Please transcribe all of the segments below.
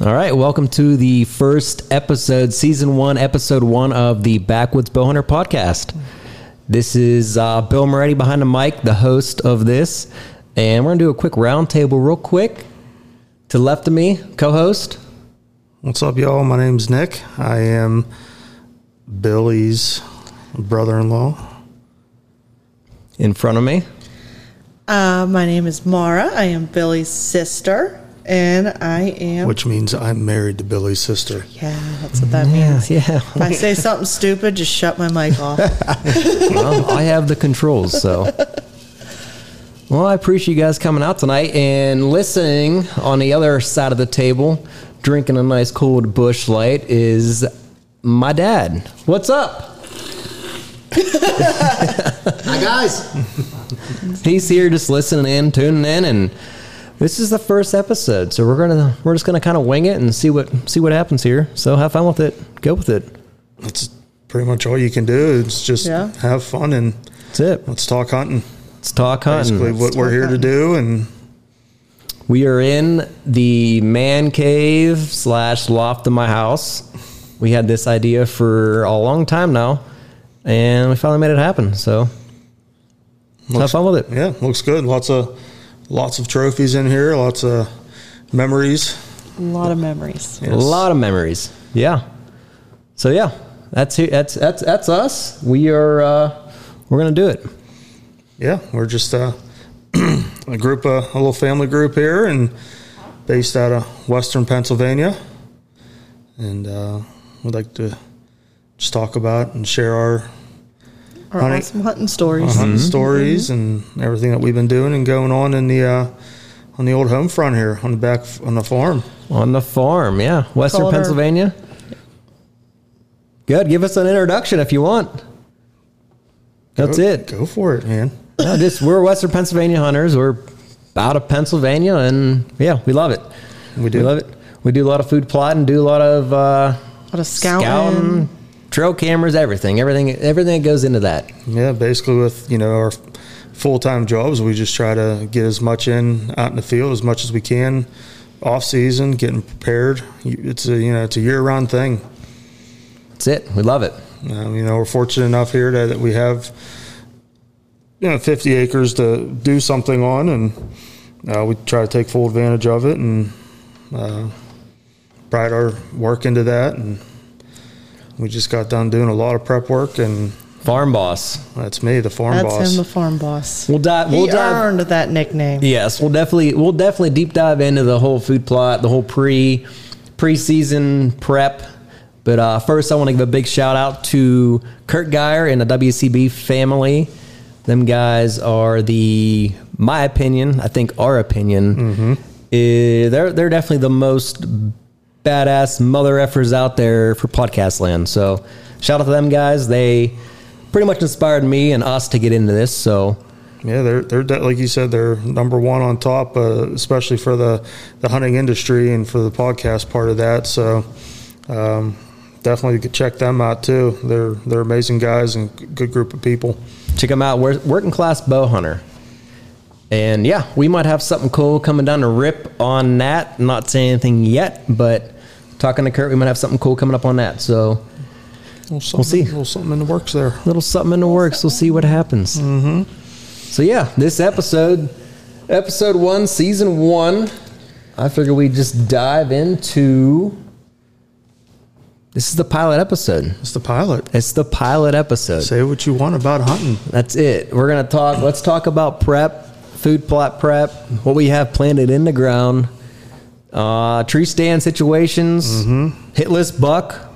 All right, welcome to the first episode, season one, episode one of the Backwoods Bowhunter podcast. This is uh, Bill Moretti behind the mic, the host of this, and we're gonna do a quick roundtable, real quick. To the left of me, co-host. What's up, y'all? My name's Nick. I am Billy's brother in law. In front of me, Uh, my name is Mara. I am Billy's sister, and I am. Which means I'm married to Billy's sister. yeah, that's what that means. yeah. If I say something stupid, just shut my mic off. well, I have the controls, so. Well, I appreciate you guys coming out tonight and listening on the other side of the table, drinking a nice cold bush light is my dad. What's up? Hi guys. He's here just listening in, tuning in, and this is the first episode, so we're gonna we're just gonna kinda wing it and see what see what happens here. So have fun with it. Go with it. That's pretty much all you can do. It's just Yeah. Mm. have fun and That's it. let's talk hunting. Let's talk hunting. Basically, what we're talk here to hunting. do. And We are in the man cave slash loft of my house. We had this idea for a long time now, and we finally made it happen. So have fun with it. yeah, looks good. Lots of lots of trophies in here. Lots of memories. A lot of memories. A lot of memories. Yeah. So yeah, that's who- that's that's that's us. We are uh, we're gonna do it. yeah, we're just uh, a group, uh, a little family group here, and based out of Western Pennsylvania. And uh, we'd like to just talk about and share our Mm-hmm. Our Honey- Uh-huh. awesome hunting stories. hunting stories Mm-hmm. and everything that we've been doing and going on in the uh, on the old home front here on the back on the farm. On the farm, yeah, Western Call her- Pennsylvania. Good. Give us an introduction if you want. That's Go- it. Go for it, man. no, just we're Western Pennsylvania hunters. We're out of Pennsylvania, and yeah, we love it. We do. love it. We do a lot of food plotting, do a lot of uh, A lot of scouting. trail cameras, everything, everything, everything that goes into that. Yeah, basically with you know our full time jobs, we just try to get as much in out in the field as much as we can. Off season, getting prepared. You- It's a you know it's a year round thing. That's it. We love it. Um, you know we're fortunate enough here that, that we have you know 50 acres to do something on, and uh, we try to take full advantage of it and uh, pride our work into that. And we just got done doing a lot of prep work, and Farm boss. that's me, the farm That's boss. him, the farm boss. We'll dive. We'll he dive. earned that nickname. Yes, we'll definitely we'll definitely deep dive into the whole food plot, the whole pre preseason prep. But uh, first, I want to give a big shout out to Kurt Geyer and the WCB family. Them guys are the, my opinion, I think our opinion, is- they're they're definitely the most badass mother effers out there for podcast land. So shout out to them guys. They pretty much inspired me and us to get into this. So Yeah, they're they're de- like you said, they're number one on top, uh, especially for the the hunting industry and for the podcast part of that. So um, definitely could check them out too. They're they're amazing guys and g- good group of people. check them out. We're working class bow hunter. And yeah, we might have something cool coming down the rip on that. Not saying anything yet, but talking to Kurt, we might have something cool coming up on that. So We'll see. see. little something in the works there. little something in the works. We'll see what happens. Mm-hmm. So yeah, this episode, episode one, season one. I figure we just dive into. This is the pilot episode. It's the pilot. It's the pilot episode. Say what you want about hunting. That's it. We're gonna talk. Let's talk about prep, food plot prep, what we have planted in the ground, uh, tree stand situations, hitless buck.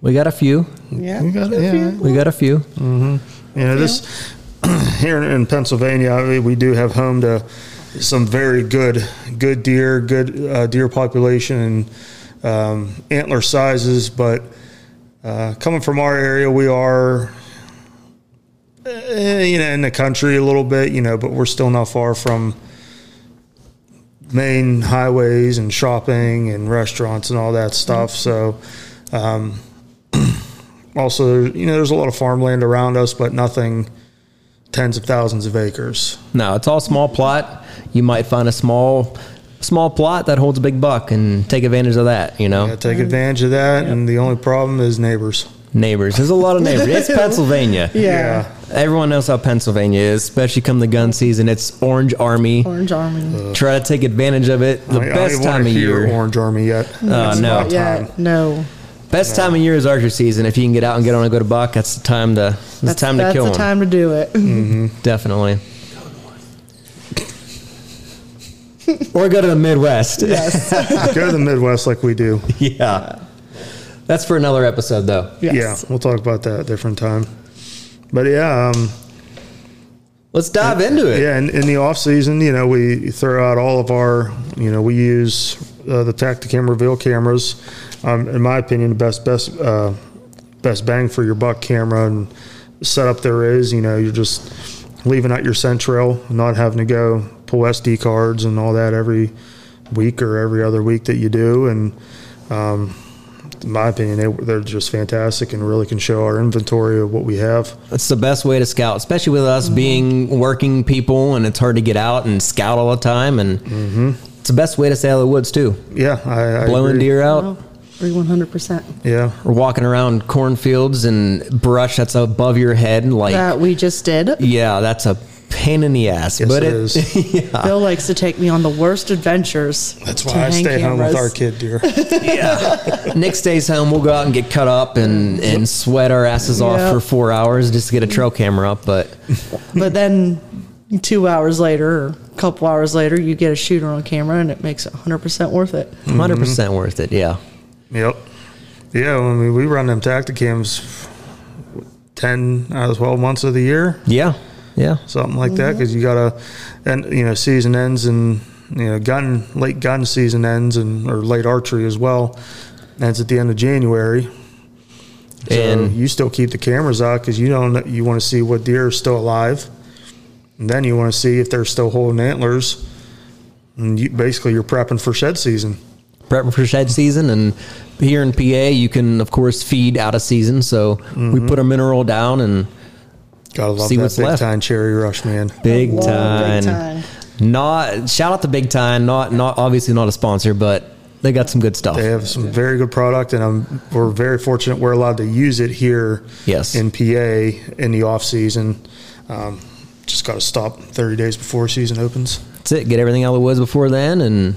We got a few. Yeah. We got it, If yeah. you- We got a few. You know, this here in Pennsylvania, I mean, we do have home to some very good, good deer, good uh, deer population and um, antler sizes. But uh, coming from our area, we are, eh, you know, in the country a little bit, you know, but we're still not far from main highways and shopping and restaurants and all that stuff. So, um, also, you know, there's a lot of farmland around us, but nothing tens of thousands of acres. No, it's all small plot. You might find a small small plot that holds a big buck and take advantage of that, you know? Yeah, take advantage of that. And the only problem is neighbors. Neighbors. There's a lot of neighbors. It's Pennsylvania. Yeah. Everyone knows how Pennsylvania is, especially come the gun season. It's Orange Army. Orange Army. Try to take advantage of it the I- I best wanna time of hear year. Orange Army yet? Uh, no. about yeah. time. No. Best time of year is archery season. If you can get out and get on a good buck, that's the time to. That's, the time to that's kill the them. time to do it. Definitely. or go to the Midwest. Yes. Go to the Midwest like we do. yeah. That's for another episode, though. yes. Yeah, we'll talk about that a different time. But yeah, um, Let's dive into it. yeah, in, in the off season, you know, we throw out all of our, you know, we use uh, the Tacticam reveal cameras. Um, in my opinion, the best best uh, best bang for your buck camera and setup there is. You know, you're just leaving out your scent trail, not having to go pull SD cards and all that every week or every other week that you do. And um, in my opinion, they, they're just fantastic and really can show our inventory of what we have. It's the best way to scout, especially with us being working people and it's hard to get out and scout all the time. And it's the best way to stay out of the woods, too. Yeah, Mm-hmm. I, I Blowing agree. deer out. Three one hundred percent. Yeah, Or walking around cornfields and brush that's above your head, like That we just did. yeah, that's a pain in the ass. Yes, but it it- is. yeah, Bill likes to take me on the worst adventures. That's to why I hang stay home with our cameras. kid, dear. Nick stays home. We'll go out and get cut up and, and sweat our asses off Yep. for four hours just to get a trail camera up. But But then two hours later, or a couple hours later, you get a shooter on camera and it makes it 100% worth it. Mm-hmm. 100 percent worth it. Yeah, Yep. Yeah, I mean, we run them Tacticams 10 out of 12 uh, months of the year, yeah, yeah. something like that, Mm-hmm. 'cause that, because you got to, and, you know, season ends and, you know, gun, late gun season ends and, or late archery as well. Ends at the end of January. So And- you still keep the cameras out because you don't, you want to see what deer are still alive. And then you want to see if they're still holding antlers. And you, basically, you're prepping for shed season. Prep for shed season, and here in PA, you can of course feed out of season. So Mm-hmm. we put a mineral down and Gotta love See that what's big left. time cherry rush, man. Big Love Big time. Time. Not shout out to Big Time. Not not obviously not a sponsor, but they got some good stuff. They have some very good product, and I'm, we're very fortunate we're allowed to use it here Yes. in PA in the off season. Um, just got to stop 30 days before season opens. That's it. Get everything out of the woods before then, and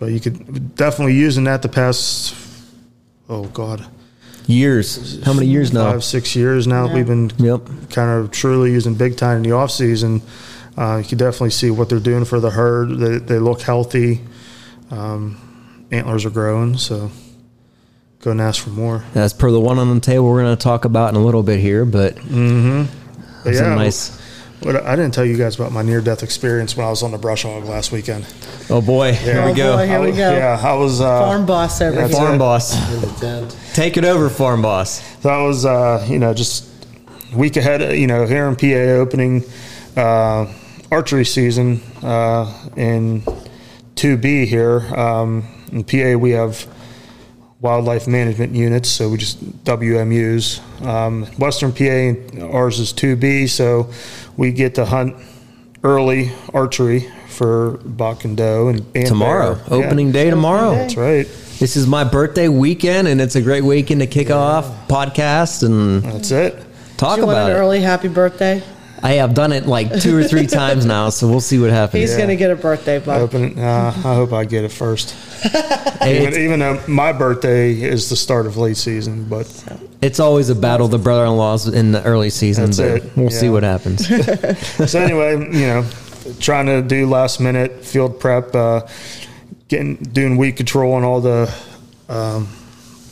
But you could definitely using that the past, oh God, years. How many years now? five, six years now that we've been Yep. kind of truly using big time in the off season. Uh, you can definitely see what they're doing for the herd. They, they look healthy. Um, antlers are growing, so go and ask for more. As per the one on the table, we're going to talk about in a little bit here, but But it's yeah, a nice. What I didn't tell you guys about my near death experience when I was on the brush hog last weekend. Oh boy, here we Oh, go. boy, here we I- go. Yeah, I was uh, Farm boss over that's here. Farm it. boss, take it over, farm boss. So I was uh, you know just a week ahead. uh, You know here in PA opening uh, archery season uh, in 2B here um, in PA we have wildlife management units, so we just WMUs. Um, Western PA, ours is 2B, so we get to hunt early archery for buck and doe and, and Tomorrow, bear. Yeah, opening day tomorrow. That's right. This is my birthday weekend, and it's a great weekend to kick off podcast and That's it. talk Do you want about an it. early happy birthday? I have done it like two or three times now, so we'll see what happens. He's Yeah. going to get a birthday bug. Open. Uh, I hope I get it first. Even, It's, even though my birthday is the start of late season, but it's always a battle of the brother-in-laws in the early season, That's but it. we'll see Yeah. what happens. so anyway, you know, trying to do last minute field prep, uh, getting doing weed control on all the um,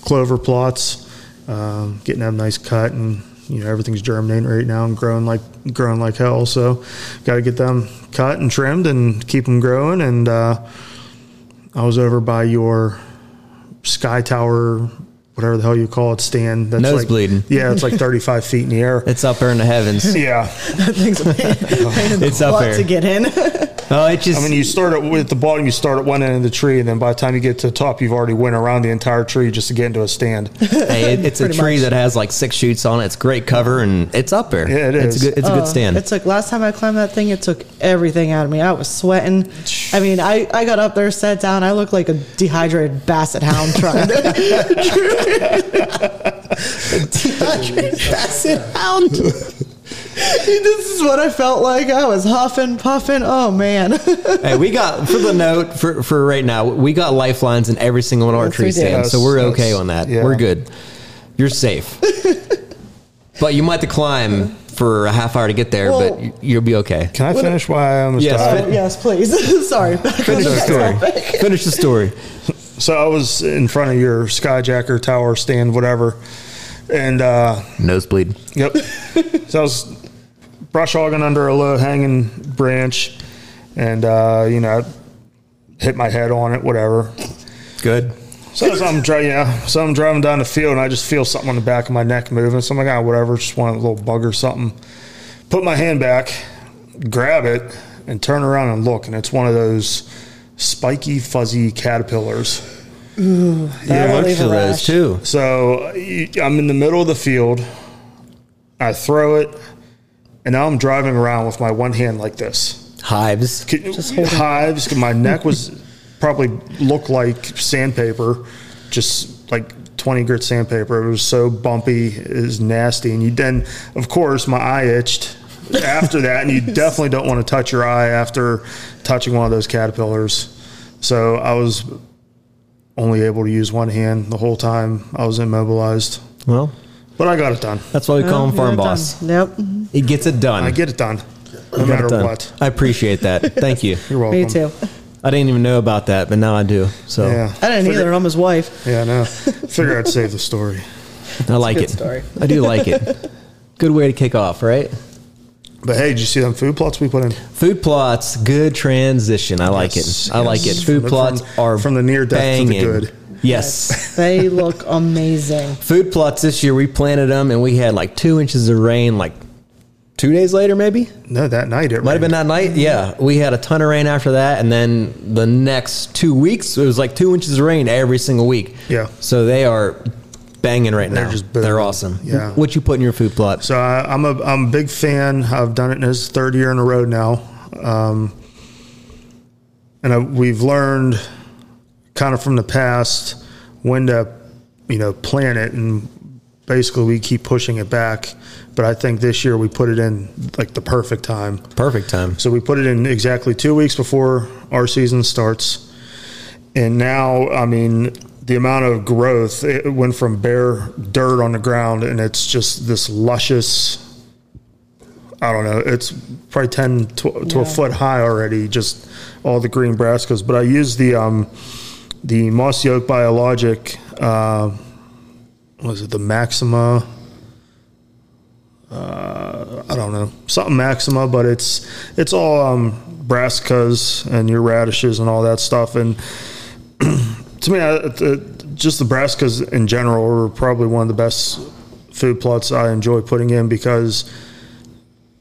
clover plots, um, getting them nice cut, and you know everything's germinating right now and growing like growing like hell. So, got to get them cut and trimmed and keep them growing. And uh, I was over by your sky tower. Whatever the hell you call it, stand. That's Nosebleeding. Like, yeah, it's like 35 feet in the air. It's up there in the heavens. Yeah. That thing's a pain, pain in the It's up butt there. to get in. Oh, it just I mean, you start at, at the bottom, you start at one end of the tree, and then by the time you get to the top, you've already went around the entire tree just to get into a stand. hey, it- it's a Pretty tree much. that has like six shoots on it. It's great cover and it's up there. Yeah, it It's is. a good, it's a good Oh, stand. It took last time I climbed that thing. It took everything out of me. I was sweating. I mean, I, I got up there, sat down. I looked like a dehydrated basset hound trying. to dehydrated basset hound. this is what I felt like. I was huffing, puffing. Oh man, hey, we got for the note for, for right now, we got lifelines in every single one of our Yes, tree we do. stands, so Yes, we're yes, okay on that. yeah. We're good. You're safe. but you might have to climb for a half hour to get there, Well- but you- you'll be okay. Can I finish why I almost Yes, died? fin- yes, please. Sorry. Back on Finish the the story. Finish the story. So I was in front of your skyjacker tower stand, whatever, and uh, Nosebleed. Yep. so I was brush hogging under a low hanging branch, and uh, you know, I hit my head on it, whatever. Good. So as I'm driving, yeah, so I'm driving down the field, and I just feel something on the back of my neck moving. So I'm like, ah, whatever, just want a little bug or something. Put my hand back, grab it, and turn around and look, and it's one of those spiky, fuzzy caterpillars. That will Look leave for a those rash. too. So you- I'm in the middle of the field. I throw it, and now I'm driving around with my one hand like this. Hives. Could- Hives. My neck was probably looked like sandpaper, just like 20 grit sandpaper. It was so bumpy, it was nasty. And you then, of course, my eye itched after that, and you definitely don't want to touch your eye after touching one of those caterpillars. So I was only able to use one hand the whole time I was immobilized. Well, But I got it done. that's why we call him Yeah, Farm Uh, done. Boss. Yep. He gets it done. I get it done, no Got it matter done. what. I appreciate that. Thank you. You're welcome. Me too. I didn't even know about that, but now I do. So Yeah, I didn't Figure- either. I'm his wife. Yeah, no. Figure I'd save the story. I like good it. story. I do like it. Good way to kick off, right? But hey, did you see them food plots we put in? Food plots, good transition. I like Yes, it. I like it. yes. Food From- plots are from the near death to the banging. good. Yes. They look amazing. Food plots this year, we planted them and we had like two inches of rain, like two days later, maybe? No, that night it Might have rained. been that night. Yeah. We had a ton of rain after that. And then the next two weeks, it was like two inches of rain every single week. Yeah. So they are banging right They're now. just booming. They're awesome. Yeah. What you put in your food plot? So I, I'm a I'm a big fan. I've done it in his third year in a row now, um, and I, we've learned kind of from the past when to you know plan it, and basically we keep pushing it back. But I think this year we put it in like the perfect time. Perfect time. So we put it in exactly two weeks before our season starts. And now, I mean, the amount of growth, it went from bare dirt on the ground and it's just this luscious, I don't know, it's probably 10 to, to a Yeah. foot high already, just all the green brassicas. But I use the, um, the Mossy Oak Biologic, uh, was it the Maxima? I don't know something maxima, but it's it's all um, brassicas and your radishes and all that stuff. And to me, I, the, just the brassicas in general are probably one of the best food plots I enjoy putting in because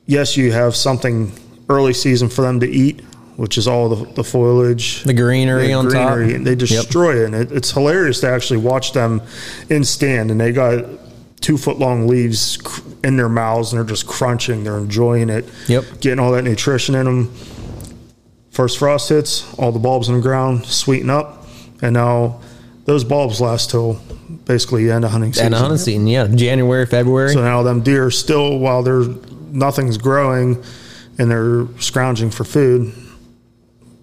yes, you have something early season for them to eat, which is all the, the foliage, The greenery on top. and They destroy it, and it, it's hilarious to actually watch them in stand. And they got two foot long leaves cr- in their mouths, and they're just crunching. They're enjoying it. Yep. getting all that nutrition in them. First frost hits, all the bulbs in the ground sweeten up, and now those bulbs last till basically the end of hunting season. And a hunting season, yeah. January, February. So now them deer still while they're nothing's growing, and they're scrounging for food.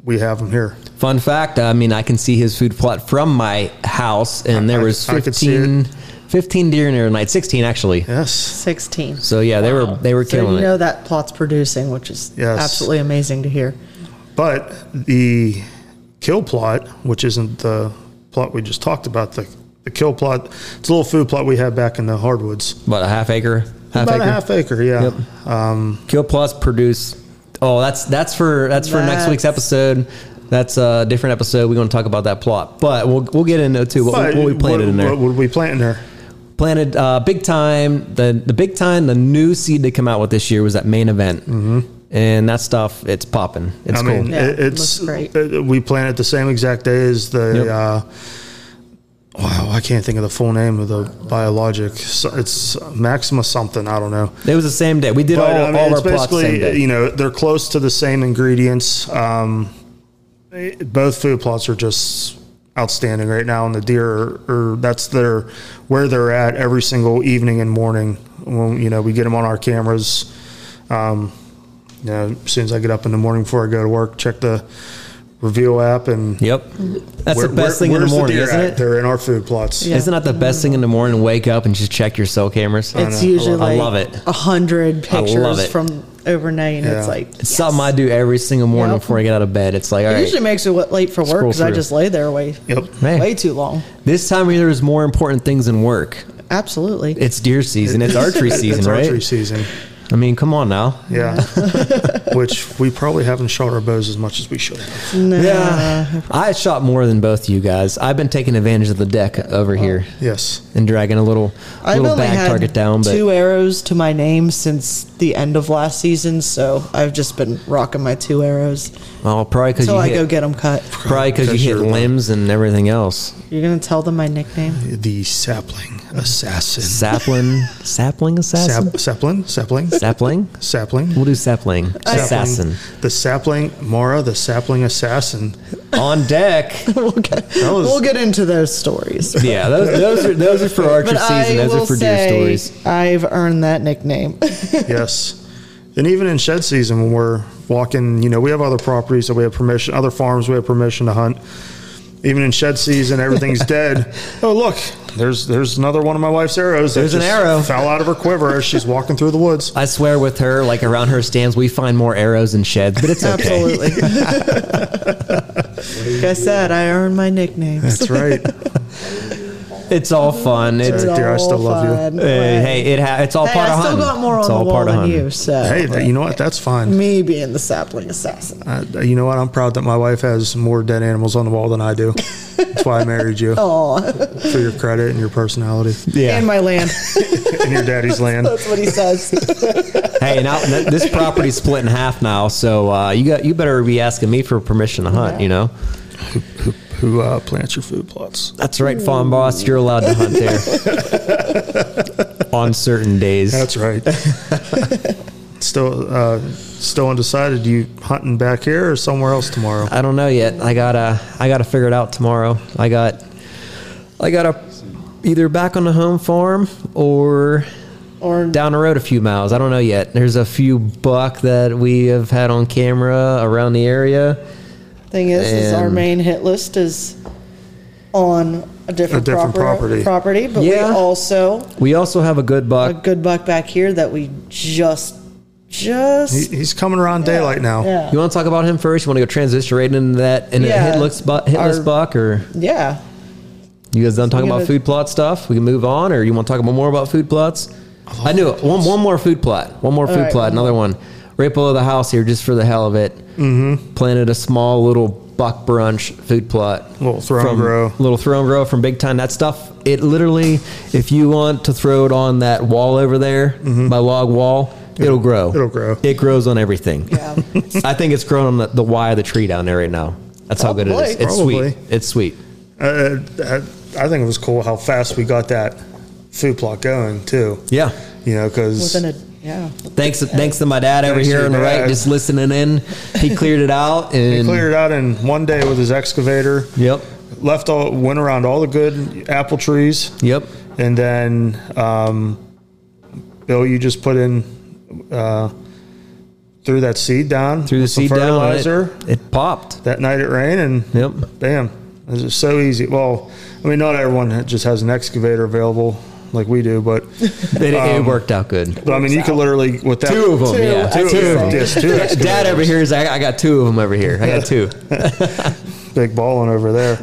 We have them here. Fun fact, I mean, I can see his food plot from my house, and there I- was I could see it. 15, 15 deer in there tonight, 16 actually. Yes. 16. So yeah, they were they were So killing you it. know that plot's producing, which is Yes. absolutely amazing to hear. But the kill plot, which isn't the plot we just talked about, the, the kill plot, it's a little food plot we had back in the hardwoods. About a half acre, half About acre. a half acre, yeah. Yep. Kill plus produce. Oh, that's that's for that's for next week's That's- episode. That's a different episode. We're going to talk about that plot, but we'll we'll get into it too. What, But we- what we planted what, in there? What would we plant in there? planted uh, big time. The the big time. The new seed they come out with this year was that main event, and that stuff it's popping. It's Mm-hmm. I cool. mean, Yeah, it, it's looks great. uh, we planted the same exact day as the. Yep. Uh, wow, I can't think of the full name of the biologic. So it's Maxima something. I don't know. It was the same day. We did all, But, I mean, all it's our plots the same basically day. you know they're close to the same ingredients. Um, eh, both food plots are just outstanding right now, and the deer are, are that's their where they're at every single evening and morning. When you know we get them on our cameras. Um, you know, as soon as I get up in the morning before I go to work, check the reveal app and yep, that's where- the best where- thing in the where's morning, deer isn't at? it? They're in our food plots. Yeah. not that the best thing in the morning? Wake up and just check your cell cameras. know. It's I usually love- I like love it. a hundred I pictures love it. from overnight, and Yeah. it's like It's something I do every single morning Yep. before I get out of bed. It's like all It right, usually makes me wa- late for work Scroll because I through. just lay there way, Yep. Man. way too long. this time of year there's more important things than work. Absolutely. It's deer season. It's archery season, it's right? archery season. I mean, come on now. Yeah. Which we probably haven't shot our bows as much as we should have. Nah. I shot more than both of you guys. I've been taking advantage of the deck over here Yes. and dragging a little I've little only bag had target down. But two arrows to my name since the end of last season, so I've just been rocking my two arrows oh, probably because you until I hit, go get them cut. probably 'cause you Because hit you're- limbs and everything else. You're gonna tell them my nickname? The sapling assassin. Sapling, sapling assassin, Sap, sapling? Sapling? sapling. Sapling? We'll do sapling assassin The sapling, Mara, the sapling assassin. on deck. we'll, get, That was- we'll get into those stories. Yeah, those, those are those are for archer But season. I Those will are for say deer stories. I've earned that nickname. yes. And even in shed season, when we're walking, you know, we have other properties that we have permission, other farms we have permission to hunt. Even in shed season, everything's dead. Oh, look, there's there's another one of my wife's arrows. that There's an just arrow. fell out of her quiver as she's walking through the woods. I swear, with her, like around her stands, we find more arrows and sheds, but it's okay. Absolutely. like I said, I earned my nicknames. That's right. It's all fun. It's, Sorry, dear, I still love you. fun, hey, right. hey, it ha- it's all Hey, part I of still hunting. got more it's on the all wall part of than hunting. you, so Hey, that, you know what? That's fine. me being the sapling assassin. Uh, you know what? I'm proud that my wife has more dead animals on the wall than I do. That's why I married you Oh, for your credit and your personality Yeah. and my land. and your daddy's land. That's what he says. hey, now th- this property's split in half now, so uh, you got you better be asking me for permission to hunt. You know, Who uh, plants your food plots? that's right, farm boss. You're allowed to hunt there on certain days. That's right. still, uh, still undecided. You hunting back here or somewhere else tomorrow? I don't know yet. I gotta I gotta figure it out tomorrow. I got I gotta either back on the home farm or Or down the road a few miles. I don't know yet. There's a few buck that we have had on camera around the area. thing is, is our And- main hit list is on a different, A different proper- property. property, but Yeah. we also We also have a good a buck good buck back here that we just He, oh. just he's coming around daylight now. yeah You want to talk about him first? You want to go transition right into that and Yeah. hit looks bu- hitless Our- buck, or yeah. you guys done talking We about have a- food plot stuff? We can move on, or you want to talk about more about food plots? Oh, I, knew it. One, one more food plot. One more food right, plot. one Another one, right below the house here, just for the hell of it. Mm-hmm. Planted a small little buck brunch food plot. Little throne from, grow. Little throne grow from Big Time. That stuff. It literally, if you want to throw it on that wall over there, my log wall, it'll grow. Mm-hmm. it'll grow. It grows on everything. Yeah. I think it's grown on the, the Y of the tree down there right now. That's how good it is. Probably. It's Probably. sweet. It's sweet. Uh, I, I think it was cool how fast we got that food plot going too. Yeah. You know, because Within a yeah. Thanks, thanks to my dad over Thanks to here your on the right, dad. just listening in. He cleared it out and he cleared it out in one day with his excavator. Yep. left all went around all the good apple trees Yep. and then um, bill you just put in uh, threw that seed down Threw the with some seed down. and fertilizer It, it popped. that night it rained and Yep. bam it was just so easy well i mean not everyone ha- just has an excavator available like we do but It, it worked out good. Um, but i mean you could literally with that Two of them. Two, yeah. I Two, should of say. them. Yes, two Dad over here is I, I got two of them over here. I got two. big balling over there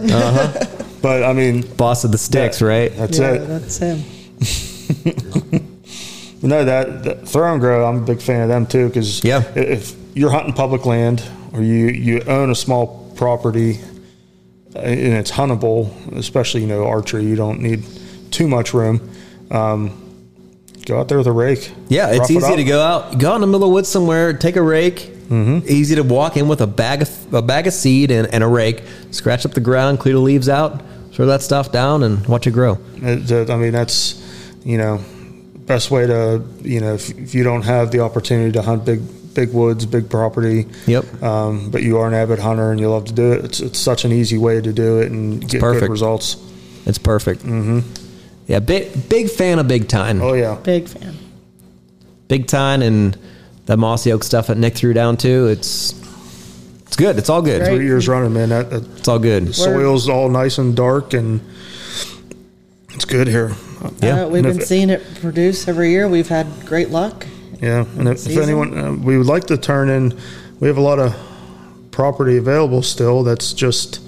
but i mean Boss of the sticks, Uh-huh. right? that's yeah, it that's him. No, that, that throw and grow. I'm a big fan of them too because Yeah. if you're hunting public land or you you own a small property uh, and it's huntable, especially you know archery, you don't need too much room. Um, Go out there with a rake. Yeah, it's Rough it easy up. Mm-hmm. to go out, go out in the middle of the woods somewhere, take a rake. Easy to walk in with a bag of a bag of seed and, and a rake, scratch up the ground, clear the leaves out, throw that stuff down, and watch it grow. It- that- I mean, that's you know, best way to you know if, if you don't have the opportunity to hunt big big woods, big property. Yep. Um, but you are an avid hunter and you love to do it. It's, it's such an easy way to do it and get perfect. good results. It's perfect. Mm-hmm. Yeah, big big fan of big time, Oh yeah, Big fan. big time, and that mossy oak stuff that Nick threw down too. It's it's good. It's all good. Great. three years running, man. That, that It's all good. soil's all nice and dark and it's good here. Yeah. Uh, we've And been if- seeing it produce every year. We've had great luck. Yeah, and if, if Season. anyone, uh, we would like to turn in. We have a lot of property available still. That's just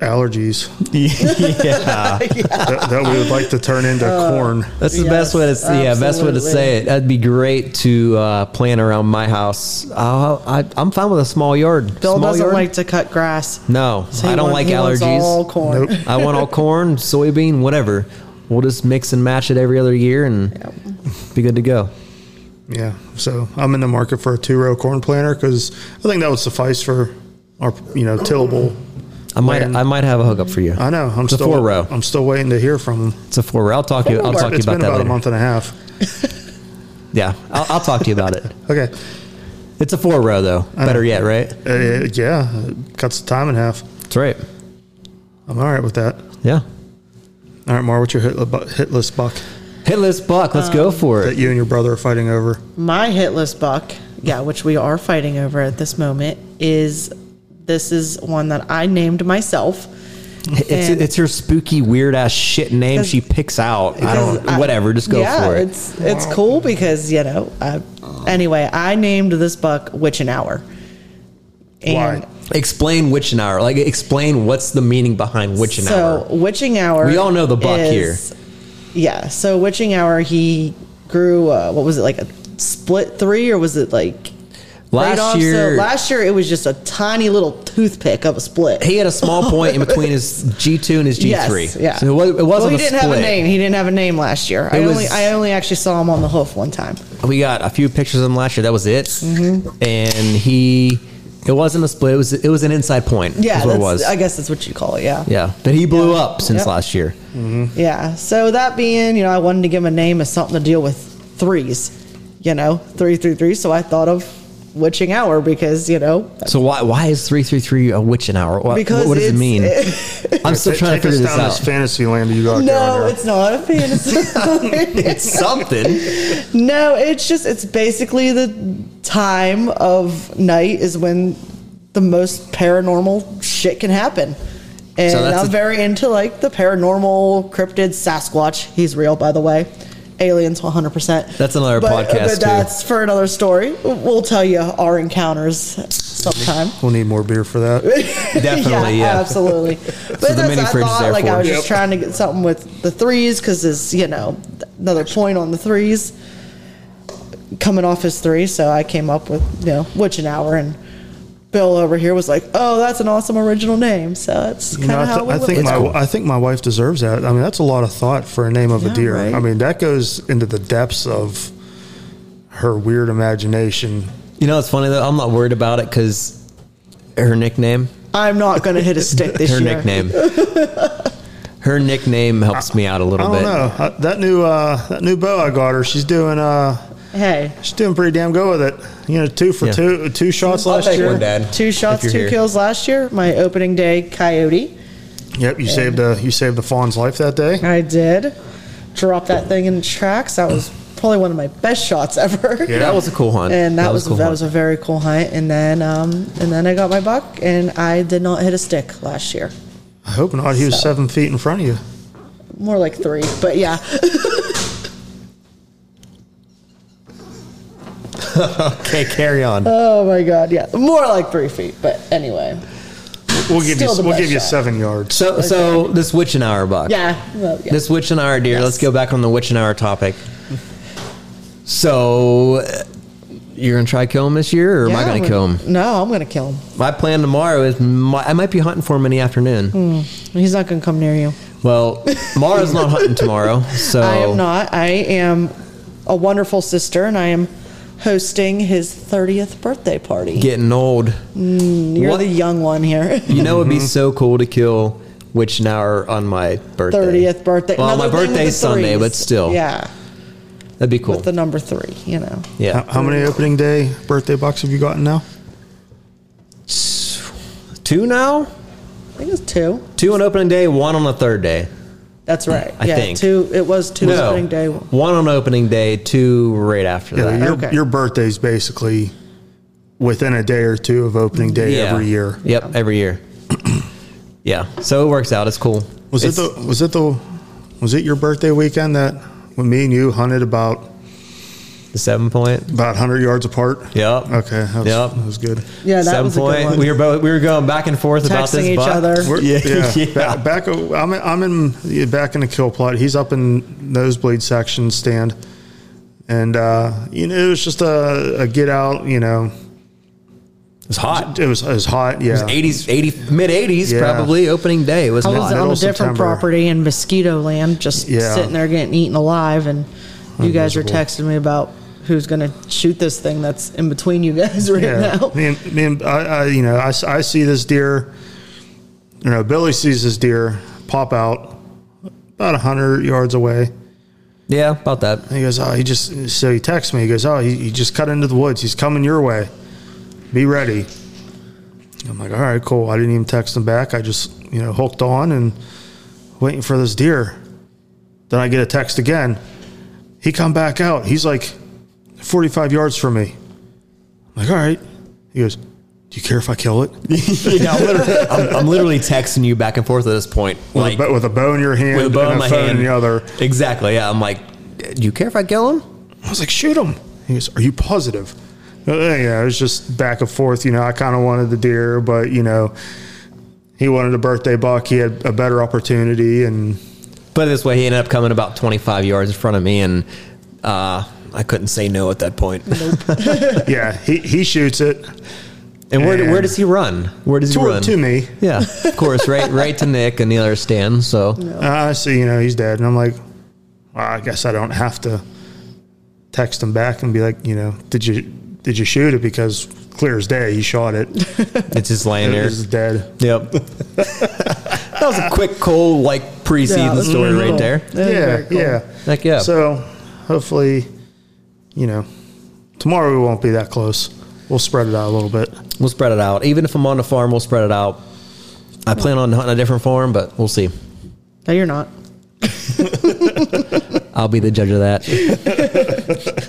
allergies yeah, that, that we would like to turn into corn. that's the best way to Yes, yeah best way to absolutely. say it. That'd be great to uh, plan around my house. I'll, I, I'm fine with a small yard. Bill small doesn't yard? like to cut grass. No, So he I don't want- like he wants allergies. all corn. Nope. I want all corn, soybean, whatever. We'll just mix and match it every other year and be good to go. Yeah, so I'm in the market for a two row corn planter because I think that would suffice for our you know tillable. I might Land. I might have a hookup for you. I know I'm It's a still four-row. I'm still waiting to hear from them. It's a four. I'll talk to you. I'll talk to you It's about been that about later. a month and a half. Yeah, I'll, I'll talk to you about it. Okay, It's a four row though. Better yet, right? uh, yeah, it cuts the time in half. That's right. I'm all right with that. Yeah. All right, Mar, what's your hit, hit list buck Hitless buck. Let's Um, go for that it. you and your brother are fighting over? My hit list buck, yeah, which we are fighting over at this moment, is this is one that I named myself. It's and- it's her spooky weird ass shit name she picks out. I don't. Because I- whatever. Just go yeah, for it. It's it's cool because you know. I, anyway, I named this buck Witch an Hour. Why? Explain witch an hour. Like explain what's the meaning behind witch an so hour. witching hour. We all know the buck is- here. Yeah. So witching hour, he grew. Uh, what was it like a split three or was it like? Last right off? year- so last year it was just a tiny little toothpick of a split. He had a small point in between his G two and his G three. Yes, yeah. So it, was, it wasn't well, he a didn't split. have a name. He didn't have a name last year. I It only was- I only actually saw him on the hoof one time. we got a few pictures of him last year. That was it. Mm-hmm. And he, it wasn't a split. It was it was an inside point. Yeah, is what it that's- was. I guess that's what you call it. Yeah. yeah, but he blew up since Yep. last year. Yeah. So that being, you know, I wanted to give him a name as something to deal with threes, you know, three, three, three. So I thought of witching hour because, you know, So why why is three three three a witch an hour? What, Because what does it it's- mean? I'm still Take- trying to take figure us this down out. fantasy land you got no, going it's not a fantasy. it's something. no, it's just, it's basically the time of night is when the most paranormal shit can happen. And So that's I'm a- very into like the paranormal cryptid Sasquatch. He's real, by the way. Aliens, 100%. That's another podcast, too. But that's for another story. We'll tell you our encounters sometime. We'll need more beer for that. Definitely, yeah. absolutely. But the that's mini I fridge is there thought like for I was us. just trying to get something with the threes because it's you know another point on the threes coming off his three. So I came up with you know which an hour and. Bill over here was like, "Oh, that's an awesome original name." So that's You kind know, I, of how th- we I went think with my it. I think my wife deserves that. I mean, that's a lot of thought for a name of Yeah, a deer. right. I mean, that goes into the depths of her weird imagination. You know, it's funny though. I'm not worried about it because her nickname, I'm not going to hit a stick this her year. nickname, her nickname helps me out a I little don't bit. know Uh, that new uh, that new bow I got her. She's doing uh Hey, she's doing pretty damn good with it. You know, two for Yeah. two two shots I'll last take year. one, Dad. two if shots, two you're here. kills last year. My opening day coyote. Yep, you saved uh, you saved the fawn's life that day. I did. Drop that thing in its tracks. That was probably one of my best shots ever. Yeah. That was a cool hunt. And that, was, cool that hunt. was a very cool hunt. And then um and then I got my buck and I did not hit a stick last year. I hope not. He was So. seven feet in front of you. More like three, but yeah. okay. Carry on. Oh my god, yeah. More like three feet, but anyway. We'll give Still the you we'll best give you shot. seven yards. So, so this witch an hour buck. Yeah. well, yeah. This witch an hour deer. Let's Yes. go back on the witch an hour topic. So, uh, you're gonna try kill him this year, or am I Yeah, gonna I'm kill him? No, I'm gonna kill him. Mm. My plan tomorrow is my, I might be hunting for him in the afternoon. He's not gonna come near you. Well, Mara's not hunting tomorrow, so I am not. I am a wonderful sister, and I am hosting his 30th birthday party. getting old. Mm, You're what- the young one here. You know, it'd Mm-hmm. be so cool to kill Witch and Hour on my birthday. 30th birthday. Well, my Another thing with birthday's the Sunday, threes. but still. Yeah, That'd be cool. with the number three, you know. yeah. How, uh, how many opening day birthday bucks have you gotten now? Two now? I think it's two. Two on opening day, one on the third day. That's right. I yeah, think. two. It was two No. opening day. One on opening day, two right after Yeah, that. your, Uh, Okay. your birthday's basically within a day or two of opening day every year. Yep, every year. yeah. So it works out. It's cool. Was It's- it the was it the was it your birthday weekend that when me and you hunted about the seven point? about hundred yards apart? Yep. Okay. That was, Yep. That was good. Yeah, that seven was a point. good one. We were both we were going back and forth about this Texting each buck. other. We're- Yeah, yeah. yeah. Ba- Back, o- I'm in, I'm in yeah, back in the kill plot. He's up in nosebleed section stand, and uh, you know it was just a, a get out. You know, It's hot. it was it was hot. Yeah, 80s, 80, mid 80s, Yeah. probably opening day. It was I hot. was Middle on a different September. property in Mosquito Land, just Yeah. sitting there getting eaten alive, and you guys were texting me about who's going to shoot this thing that's in between you guys right yeah. now. Me and, me and I, I, you know, I, s- I see this deer. You know, Billy sees this deer pop out about hundred yards away. yeah, about that. And he goes, oh, he just so he texts me. He goes, oh, he, he just cut into the woods. He's coming your way. Be ready. I'm like, all right, cool. I didn't even text him back. I just you know hooked on and waiting for this deer. Then I get a text again. He come back out. He's like 45 yards from me. I'm like, all right. He goes, do you care if I kill it? yeah, I'm literally, I'm, I'm literally texting you back and forth at this point. Like, But with a bow in your hand with a bow and in a my phone hand. in the other. Exactly. Yeah. I'm like, do you care if I kill him? I was like, shoot him. He goes, are you positive? Uh, yeah, it was just back and forth. You know, I kind of wanted the deer, but you know, he wanted a birthday buck. He had a better opportunity, and But this way, he ended up coming about 25 yards in front of me, and uh, I couldn't say no at that point. yeah, he, he shoots it And where, And- where does he run? Where does he toward run? to me. Yeah, of course, right, right to Nick and the other stand. So I see, you know, he's dead, and I'm like, well, I guess I don't have to text him back and be like, you know, did you did you shoot it? Because clear as day, he shot it. it's just laying it there. was dead. Yep. that was a quick, cold, like preseason Yeah, it was story really right cool. there. That was yeah, very cool. yeah. Heck yeah. So hopefully, you know, tomorrow we won't be that close. We'll spread it out a little bit. We'll spread it out. Even if I'm on the farm, we'll spread it out. I plan on hunting a different farm, but we'll see. No, you're not. I'll be the judge of that.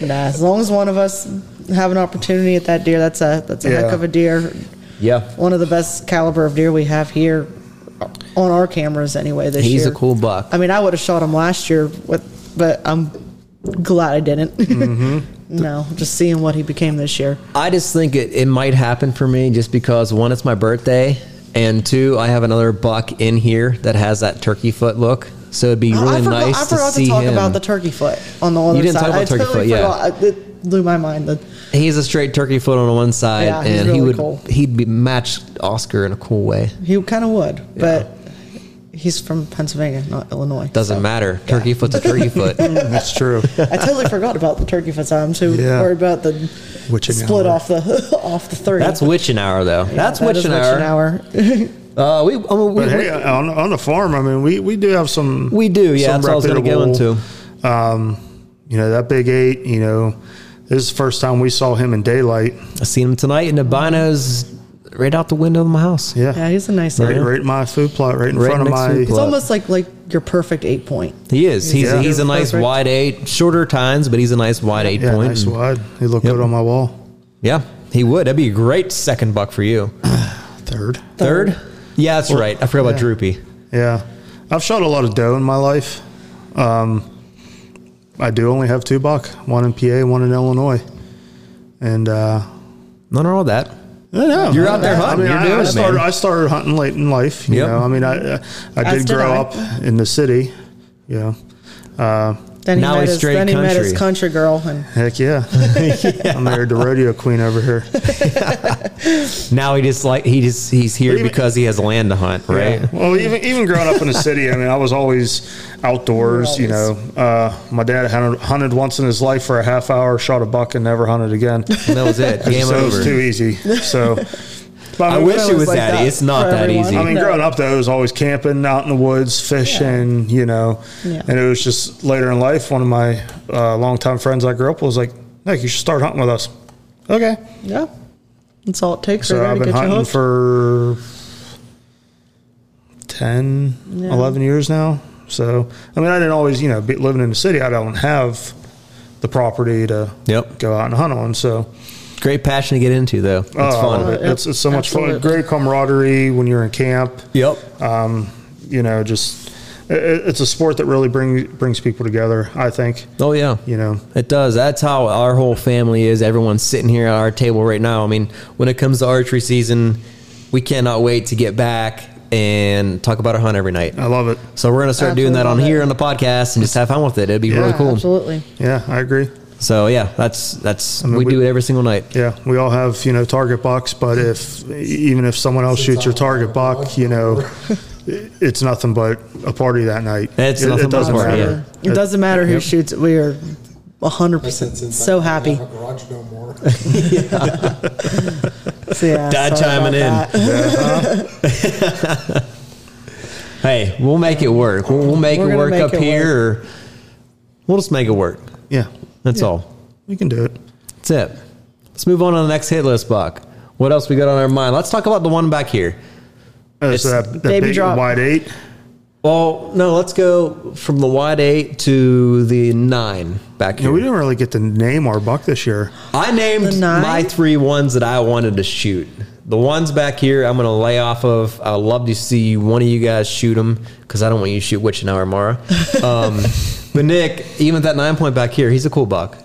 Nah, as long as one of us have an opportunity at that deer, that's a that's a heck Yeah. of a deer. Yeah. One of the best caliber of deer we have here on our cameras anyway this year. He's a cool buck. I mean, I would have shot him last year, with, but I'm glad I didn't. Mm-hmm. no, just seeing what he became this year. I just think it, it might happen for me just because one, it's my birthday, and two, I have another buck in here that has that turkey foot look. So it'd be Oh, really I forgot, nice I to forgot to, see talk him. about the turkey foot on the other didn't side. talk about I turkey foot, totally yeah. forgot. It blew my mind. The, He's a straight turkey foot on one side, Yeah, he's and he really would cool. he'd be matched Oscar in a cool way. he kind of would, but he's from Pennsylvania, not Illinois. Doesn't matter. Turkey foot's a turkey foot. That's true. I totally forgot about the turkey foot. side. I'm too Yeah. worried about the Which in split hour. off the off the three. That's witching hour, though. That's That is witching hour. witching hour. Uh, we, I mean, we, But hey, we- on, on the farm, I mean, we, we do have some. We do, yeah, some that's what I was gonna go reputable, Um, you know that big eight. You know, this is the first time we saw him in daylight. I seen him tonight in the binos right out the window of my house. Yeah, yeah, he's a nice right, guy. right in my food plot, right in Right front of next to my. food He's Well- almost like like your perfect eight point. He is. He's Yeah. he's a nice Perfect. wide eight, shorter times, but he's a nice wide eight Yeah, point. nice And- wide. He looked good on my wall. yeah, he would. That'd be a great second buck for you. Third. Third? Yeah, that's right. I forgot about yeah. Droopy. Yeah, I've shot a lot of doe in my life. Um, I do only have two buck, one in PA, one in Illinois, and uh, None of all that. I don't know. You're out there hunting. I mean, You're I, doing I it, started, man. I started hunting late in life. You Yep. know, I mean, I I, I As did did grow I. up in the city. You know, uh, Then he, Now met he's his, straight then he met his country. country girl, and Heck yeah. I'm married to rodeo queen over here. Now he just like he just he's here Even- because he has land to hunt, right? Yeah. Well, even even growing up in the city, I mean, I was always outdoors. You know, uh, my dad hunted, hunted once in his life for a half hour, shot a buck, and never hunted And again. that was it. Game so it was over. too easy. So, but I wish it was like that. that easy. It's not for that everyone. easy. I mean, No. growing up though, it was always camping out in the woods, fishing, you know, Yeah. and it was just later in life. One of my uh, longtime friends I grew up with was like, "Nick, you should start hunting with us." Okay, yeah, that's all it takes so right there I've to been get you hunting hooked. for 10, 11 years now. So, I mean, I didn't always, you know, be, living in the city, I don't have the property to Yep. go out and hunt on. So, Great passion to get into though. It's oh, I love fun. it. Yep, It's, it's so much fun. absolutely. Great camaraderie when you're in camp. Yep. Um, you know, just it, it- it's a sport that really bring, brings people together, I think, Oh yeah. you know. It does. That's how our whole family is. Everyone's sitting here at our table right now. I mean, when it comes to archery season, we cannot wait to get back and talk about our hunt every night. I love it. So we're gonna start doing that on Absolutely. here on the podcast and just have fun with it. It'd be really Yeah, cool. Absolutely. Yeah, I agree. So yeah, that's that's mean, we, we- do it every single night. Yeah, we all have you know target bucks, but if even if someone else shoots your target buck, you know, it's nothing but a party that night. It's nothing but a doesn't party, matter. It doesn't matter who shoots it. We are 100% so happy. Garage no more. So, yeah, Dad sorry chiming about in. that. uh-huh. Hey, we'll make it work. We'll, we'll make We're it gonna work make up it here. Or we'll just make it work. Yeah, That's all. we can do it. That's it. Let's move on to the next hit list, Buck. What else we got on our mind? Let's talk about the one back here. Uh, It's so that, that baby big drop. wide eight. Well, no, let's go from the wide eight to the nine back You here. know, we didn't really get to name our buck this year. I named The nine? my three ones that I wanted to shoot. The ones back here, I'm going to lay off of. I'd love to see one of you guys shoot them because I don't want you to shoot Witch and Hour Mara. Um, but Nick, even at that nine point back here, he's a cool buck.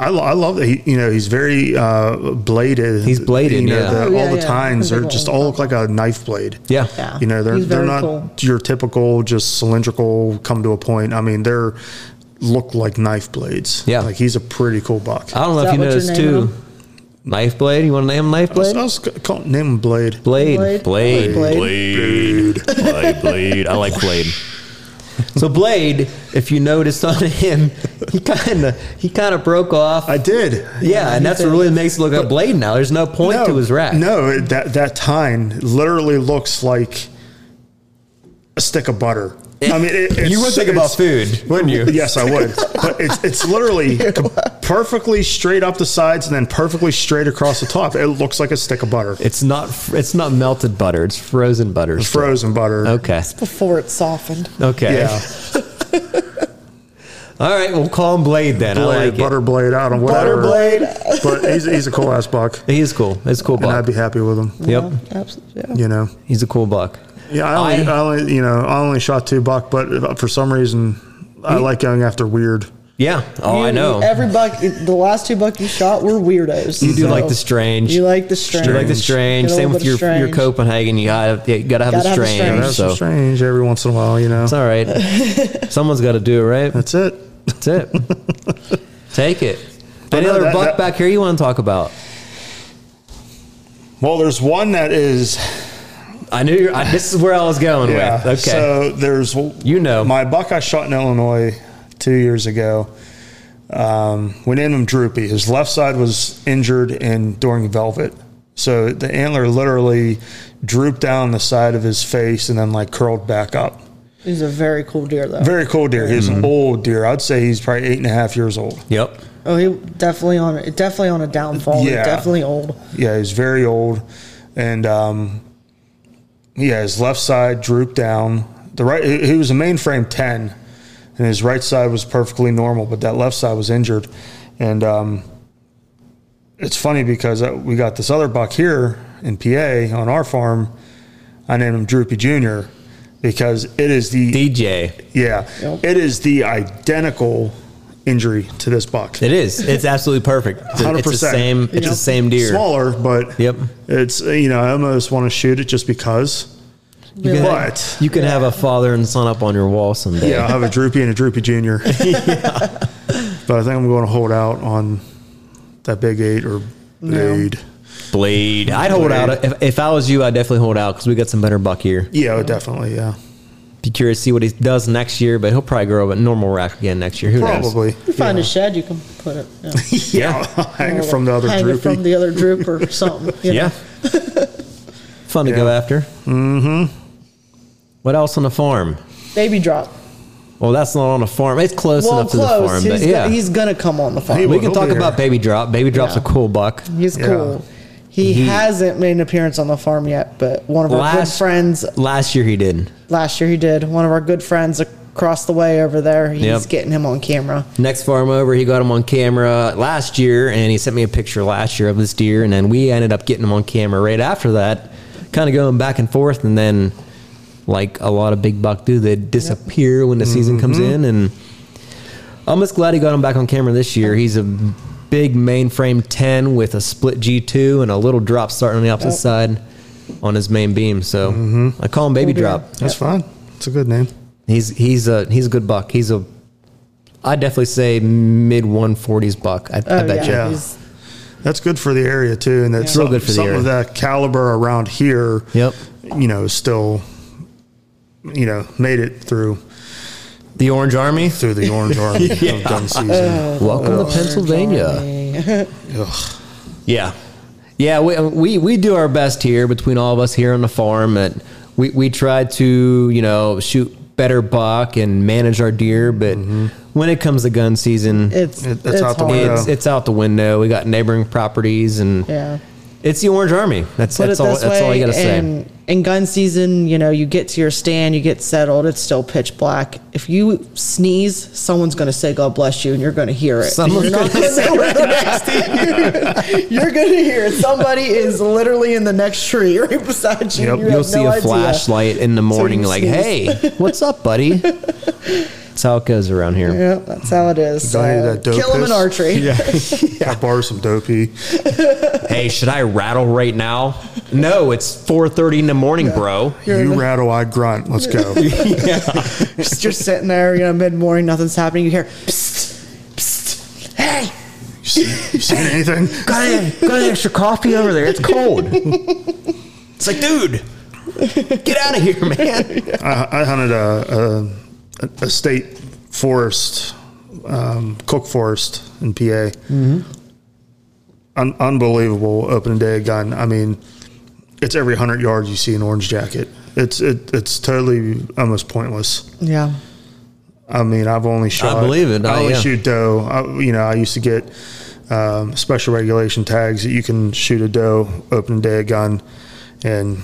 I, lo- I love that. He, you know, he's very uh, bladed. He's bladed, You know, yeah. the- Oh, yeah, all the yeah. tines are just all look like a knife blade. Yeah. Yeah. You know, they're He's they're very not cool. your typical just cylindrical come to a point. I mean, they're look like knife blades. Yeah. Uh, like he's a pretty cool buck. I don't know if Is that you what you're noticed naming too. him? Knife blade. You want to name him knife I was, blade? I was g- call, name him Blade. Blade. Blade. Blade. Blade. Blade. Blade. Blade. I like Blade. So Blade, if you noticed on him, he kind of he kind of broke off. I did. yeah, and that's what really makes it look like Blade now. There's no point to his rack. No, it- that that tine literally looks like a stick of butter. I mean, it, it's, you would think about it's- food, wouldn't you? Yes, I would. But it's it's literally com- perfectly straight up the sides and then perfectly straight across the top. It looks like a stick of butter, It's not fr- it's not melted butter. It's frozen butter. frozen butter. Okay. Before it softened. Okay. Yeah, All right. We'll call him Blade then. I blade, like butter blade. I don't know It. whatever. Blade. But he's he's a cool ass buck, He's cool. It's a cool and I'd buck. be happy with him. Yep. Absolutely. Yeah. You know. He's a cool buck. Yeah, I only, I, only you know I only shot two buck, but for some reason I like going after weird. Yeah. Oh, You- I know. Every buck, the last two buck you shot were weirdos. You do so- like the strange. You like the strange. You like the strange. Get a Same little with bit your of your strange. Copenhagen. You gotta you gotta have Gotta the have the strange. strange. That's so strange every once in a while, you know. it's all right. Someone's got to do it, right? That's it. That's it. Take it. Any know other that- buck that- back here you want to talk about? Well, there's one that is I knew you I, this is where I was going Yeah. with. Okay. So there's You know. my buck I shot in Illinois two years ago. Um, we named him Droopy. His left side was injured and during velvet, so the antler literally drooped down the side of his face and then like curled back up. He's a very cool deer, though. Very cool deer. He's Mm-hmm. an old deer. I'd say he's probably eight and a half years old. yep. oh, he definitely on definitely on a downfall. Yeah. He's definitely old. Yeah, he's very old, and um, yeah, his left side drooped down. The right, he he was a mainframe ten, and his right side was perfectly normal, but that left side was injured. And um, it's funny because uh, we got this other buck here in PA on our farm. I named him Droopy Junior because it is the DJ. yeah, Yep. it is the identical injury to this buck. It is. It's absolutely perfect. It's, it's the 100%. same. It's the Yep. same deer. smaller, but Yep. it's uh, you know I almost want to shoot it just because. You can, Really. But- you can have a father and son up on your wall someday. Yeah, I'll have a droopy and a droopy junior. But I think I'm going to hold out on that big eight or blade. Blade. I'd hold Blade. out. If, if I was you, I'd definitely hold out because we got some better buck here. Yeah, definitely. Yeah, Be curious to see what he does next year, but he'll probably grow up at normal rack again next year. Who knows? probably. You find a shed, you can put it. you know, Yeah, hang it from the other hang droopy. it from the other droop or something. you know. Yeah. Fun to go Yeah. after. Mm-hmm. What else on the farm? Baby drop. Well, that's not on the farm. It's close well, enough to the close. farm, he's, but gonna- yeah, he's gonna come on the farm. He we will. can He'll talk be about here. Baby Drop. Baby Drop's a Yeah. cool buck. He's Yeah. cool. He, He- hasn't made an appearance on the farm yet, but one of our good Last friends Last year he did. last year he did. One of our good friends across the way over there. He's Yep. getting him on camera. Next farm over, he got him on camera last year, and he sent me a picture last year of this deer, and then we ended up getting him on camera right after that, kind of going back and forth, and then like a lot of big buck do, they disappear when the season comes in, and I'm just glad he got him back on camera this year. He's a big mainframe 10 with a split G2 and a little drop starting on the opposite side on his main beam, so I call him Baby deer. Drop. That's fine. It's a good name. He's he's a he's a good buck. He's a I definitely say mid 140s buck. I, I Oh bet yeah, you. Yeah. he's That's good for the area too, and that's Real some- good for the some area. of that caliber around here. Yep. You know, still, you know, made it through The Orange Army. through the orange army of gun season. Welcome to Lord, Pennsylvania. Johnny. Ugh. Yeah, yeah. We, we we do our best here between all of us here on the farm. And we we try to you know shoot better buck and manage our deer, but when it comes to gun season, Mm-hmm. It's It- that's it's out the hard. window. it's it's out the window. We got neighboring properties and. Yeah. It's the Orange Army. That's Put that's it all. this That's all way, you gotta say. and in gun season, you know, you get to your stand, you get settled, it's still pitch black. If you sneeze, someone's going to say "God bless you," and you're going to hear it. Someone's you're not gonna gonna know where the next to you. are going to hear it. Somebody is literally in the next tree right beside you. Yep. and You you You'll have see no a idea. flashlight in the morning, you like, sneeze. "Hey, what's up, buddy?" That's how it goes around here. Yeah, that's how it is. Don't hear So, that dope kill him in piss. archery. I borrowed some dopey. Hey, should I rattle right now? No, it's four thirty in the morning, bro. you rattle, I grunt. Let's go. Just- You're sitting there, you know, mid morning, nothing's happening. You hear, psst, psst, hey, You seen anything? Got an, got an extra coffee over there. It's cold. it's like, dude, get out of here, man. I, I hunted a, a, a state forest, um, Cook Forest in PA. Un- unbelievable opening day of gun. I mean, it's every hundred yards you see an orange jacket. It's it, it's totally almost pointless. yeah. I mean, I've only shot. believe it. I Oh, only yeah. shoot doe. I, you know, I used to get um, special regulation tags that you can shoot a doe opening day of gun, and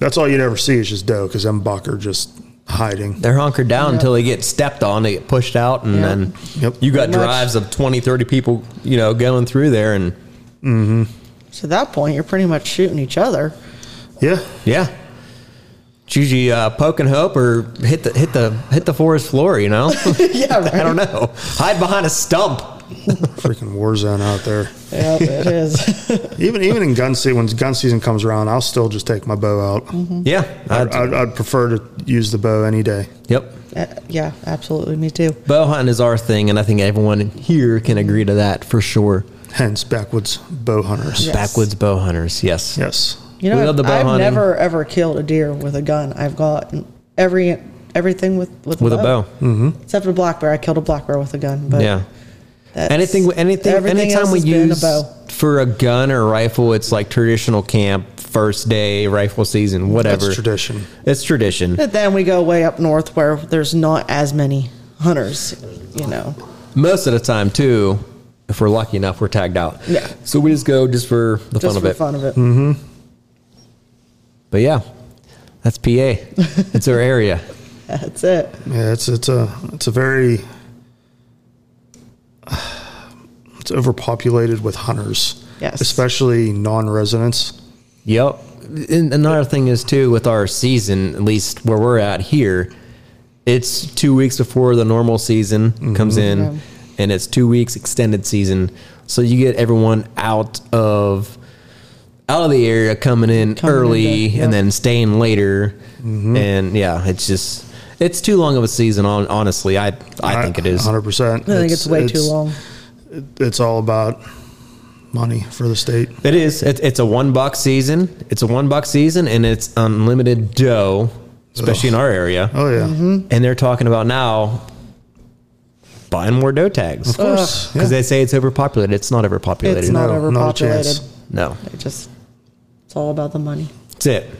that's all you'd ever see is just doe because them buck are just hiding. They're hunkered down until they get stepped on, they get pushed out, and then Yep. you got Pretty much. drives of 20, 30 people, you know, going through there, and So at that point, you're pretty much shooting each other. Yeah, yeah. It's usually uh, poke and hope or hit the hit the hit the forest floor, you know. Yeah, right. I don't know. Hide behind a stump. freaking war zone out there. Yeah, it is. Even even in gun season, when gun season comes around, I'll still just take my bow out. Yeah. I'd, Mm-hmm. I'd- I'd, I'd prefer to use the bow any day. yep. Uh, yeah, absolutely. Me too. Bow hunting is our thing, and I think everyone here can agree to that for sure. Hence, backwoods bow hunters. Yes. Backwoods bow hunters, yes. Yes. You We know, love the I've, bow hunting. never ever killed a deer with a gun. I've got every everything with with, With a bow. except for black bear. I killed a black bear with a gun. But Yeah. that's- Anything, anything, everything anytime else we has been use a bow. for a gun or rifle, it's like traditional camp, first day, rifle season, whatever. That's tradition. It's tradition. But then we go way up north where there's not as many hunters. You know, Most of the time, too, if we're lucky enough, we're tagged out. Yeah. So we just go just for the just fun of for it. Mm-hmm. fun of it. But yeah, that's PA. it's our area. That's it. Yeah, it's it's a it's a very it's overpopulated with hunters. Yes. Especially non-residents. Yep. And another thing is too with our season, at least where we're at here, it's two weeks before the normal season comes in, Yeah. and it's two weeks extended season. So you get everyone out of out of the area coming in Mm-hmm. Coming early into- and yeah. then staying later. And yeah, it's just it's too long of a season. On honestly, I I think it is. hundred percent. I think it's, way too long. It's all about money for the state. It is. It, it's a one buck season. It's a one buck season, and it's unlimited dough, especially in our area. Oh yeah, Mm-hmm. And they're talking about now buying more dough tags of course. because yeah. they say it's overpopulated. It's not overpopulated. It's not No, not a chance. overpopulated. No, It just it's all about the money. that's it.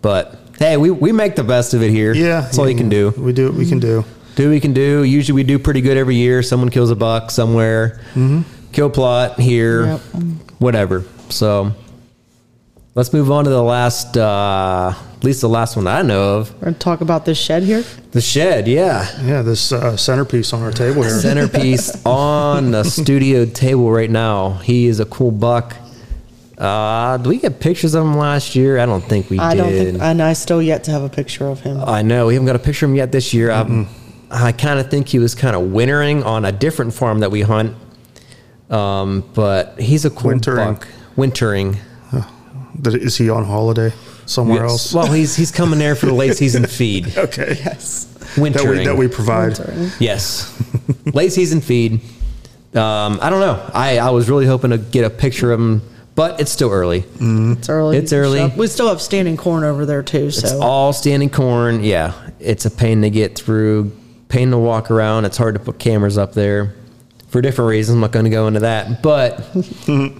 But hey, we, we make the best of it here. yeah, that's all you can do. We do what we can do. do what we can do. Usually we do pretty good every year. Someone kills a buck somewhere, Mm-hmm. kill plot here, Yep. whatever. So let's move on to the last, uh, at least the last one I know of, We're gonna talk about this shed here. the shed. Yeah, Yeah, this uh, centerpiece on our table here. centerpiece on the studio table right now. He is a cool buck. Uh, did we get pictures of him last year? I don't think we I did. don't think, and I still yet to have a picture of him. I know we haven't got a picture of him yet this year. Um, I kind of think he was kind of wintering on a different farm that we hunt. Um, but he's a cool Wintering. buck. Wintering That- Is he on holiday somewhere else? Well, he's he's coming there for the late season feed. okay, yes. that Wintering. we that we provide. Sorry. Yes, late season feed. Um, I don't know. I I was really hoping to get a picture of him, but it's still early. It's early. It's early. We still have standing corn over there too. It's So all standing corn. Yeah, it's a pain to get through, pain to walk around. It's hard to put cameras up there for different reasons. I'm not going to go into that, but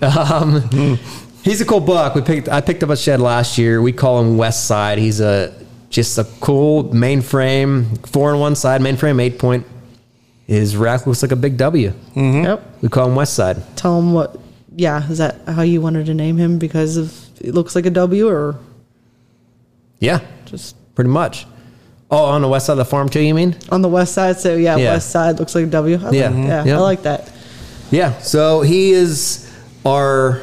um, he's a cool buck. We picked. I picked up a shed last year. We call him West Side. He's a just a cool mainframe, four on one side, mainframe eight point. His rack looks like a big W. yep. We call him West Side. Tell him what. Yeah, is that how you wanted to name him because of it looks like a W or Yeah, just pretty much. Oh, on the west side of the farm too. You mean? on the west side? So yeah, Yeah. west side looks like a W. I Yeah. Mm-hmm. like, yeah, Yeah. I like that. Yeah. So he is our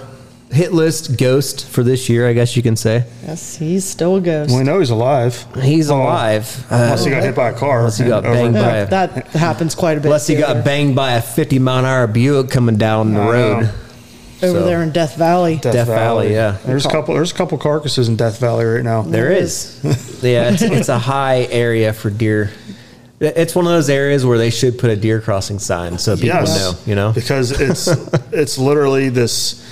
hit list ghost for this year, I guess you can say. Yes, he's still a ghost. We know he's alive. He's Well, alive. Uh, Unless he got hit by a car. Unless he got and over- banged by Yeah, a- that happens quite a bit. unless he too, got banged by a 50 mile an hour Buick coming down the I road. know. over so. there in Death Valley. Death, Death Valley, yeah. There's a couple. There's a couple carcasses in Death Valley right now. There is. yeah, it's, it's a high area for deer. It's one of those areas where they should put a deer crossing sign so people Yes. know, you know? because it's it's literally this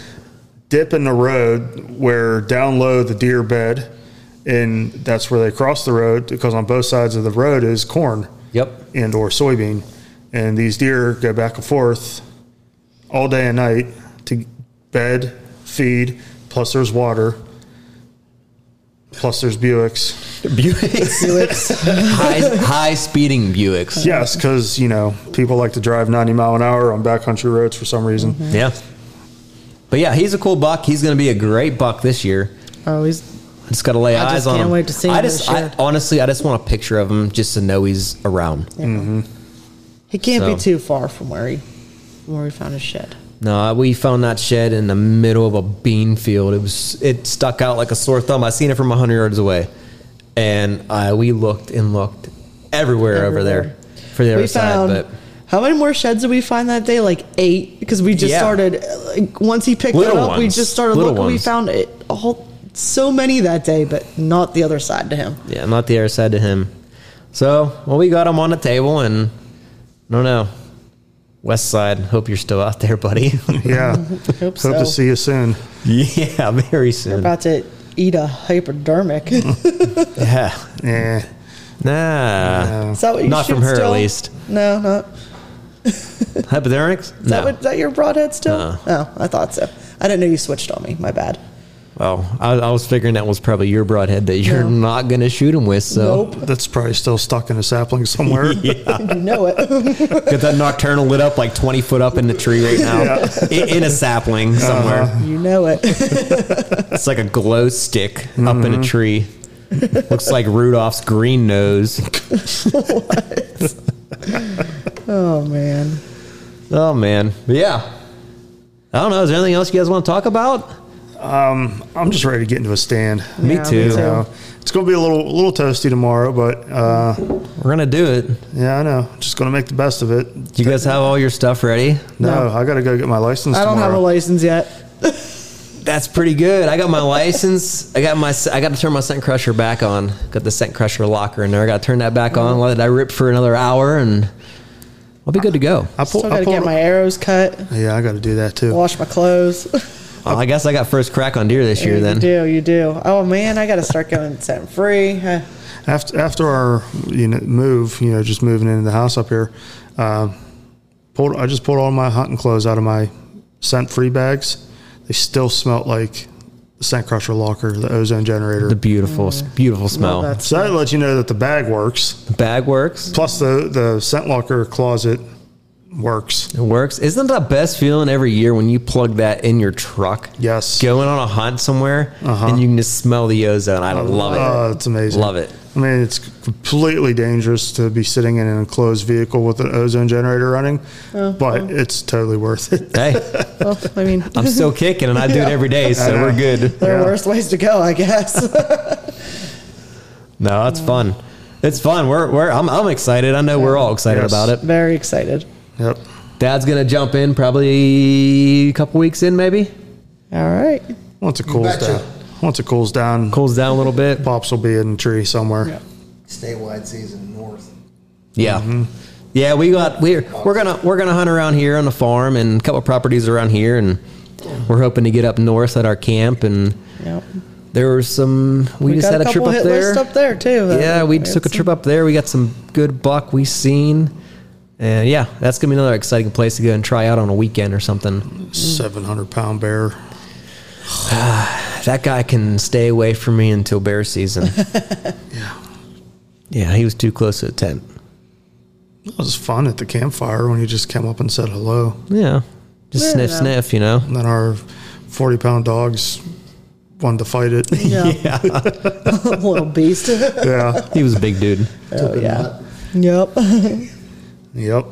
dip in the road where down low the deer bed, and that's where they cross the road because on both sides of the road is corn Yep. and or soybean, and these deer go back and forth all day and night to bed, feed, plus there's water, plus there's Buicks. Buicks. high, high speeding Buicks. Yes, because you know people like to drive 90 mile an hour on backcountry roads for some reason. Mm-hmm. Yeah. But yeah, he's a cool buck. He's going to be a great buck this year. Oh, he's Just gotta lay I eyes just on him. can't wait to see I him just, this year. I, honestly, I just want a picture of him just to know he's around. he can't be So. too far from where he where we found his shed. No, we found that shed in the middle of a bean field. It was it stuck out like a sore thumb. I seen it from hundred yards away, and I we looked and looked everywhere, over there Everywhere. for the other we side. found But how many more sheds did we find that day? Like eight, because we just Yeah. started. Like, once he picked Little it up, we ones. just started Little looking. We ones. found it a whole so many that day, but not the other side to him. yeah, not the other side to him. So well, we got him on the table, and no, no, West Side. Hope you're still out there, buddy. Yeah, Hope, so. hope to see you soon. yeah, very soon. We're about to eat a hypodermic. Is yeah, Yeah, nah, that what you Not from shoot her, at still? least. No, no. Is hypodermics. that, what, is that your broadhead still? Uh-uh. Oh, I thought so. I didn't know you switched on me. My bad. Oh, I, I was figuring that was probably your broadhead that you're No. not going to shoot him with. So that's probably still stuck in a sapling somewhere. you know it. got that nocturnal lit up like 20 foot up in the tree right now in, in a Uh-huh. sapling somewhere. you know it. It's like a glow stick up Mm-hmm. in a tree. Looks like Rudolph's green nose. Oh man. Oh man, But yeah. I don't know. Is there anything else you guys want to talk about? I'm just ready to get into a stand. Me Yeah, me too. You know, it's going to be a little little toasty tomorrow, but uh, We're gonna do it. yeah, I know. Just going to make the best of it. Do you guys have all your stuff ready? No, I got to go get my license. I don't have a tomorrow. license yet. That's pretty good. I got my license. I got my. I got to turn my scent crusher back on. Got the scent crusher locker in there. I got to turn that back on. Let it I rip for another hour, and I'll be good to go. I pull, Still got I to pulled get my arrows cut, yeah, I got to do that too. wash my clothes. Well, I guess I got first crack on deer this year. you Then do, you do. Oh man, I got to start going scent free. Eh, Huh. after after our you know move, you know, just moving into the house up here, uh, pulled I just pulled all my hunting clothes out of my scent free bags. They still smelt like the scent crusher locker, the ozone generator. the beautiful, beautiful smell. that. so that lets you know that the bag works. Bag works. Plus the the scent locker closet works. It works. Isn't that the best feeling every year when you plug that in your truck? Yes. Going on a hunt somewhere and you can just smell the ozone. I love it. Oh, it's amazing. Love it. I mean, it's completely dangerous to be sitting in an enclosed vehicle with an ozone generator running, but it's totally worth it. Hey, Well, I mean, I'm still kicking and I do it every day, so know. we're good. There are Yeah. worse ways to go, I guess. No, that's fun. It's fun. We're, we're I'm, I'm excited. I know we're all excited Yes. about it. Very excited. Yep. Dad's gonna jump in probably a couple weeks in, maybe All right. Once it cools betcha. down, once it cools down, cools down a little bit. pops will be in the tree somewhere. Mm-hmm. Statewide season north. Yeah. Yeah, we got we're we're gonna we're gonna hunt around here on the farm and a couple properties around here and we're hoping to get up north at our camp and Yep. there were some we, just had a, trip up there. up there too. yeah, we had took a some- trip up there. We got some good buck we seen. And yeah, that's gonna be another exciting place to go and try out on a weekend or something. Seven hundred pound bear. That guy can stay away from me until bear season. yeah. Yeah, he was too close to the tent. It was fun at the campfire when you just came up and said hello. Yeah. Just Yeah, sniff no. sniff, you know. And then our forty pound dogs wanted to fight it. little beast. yeah. He was a big dude. oh yeah. Yep. Yep.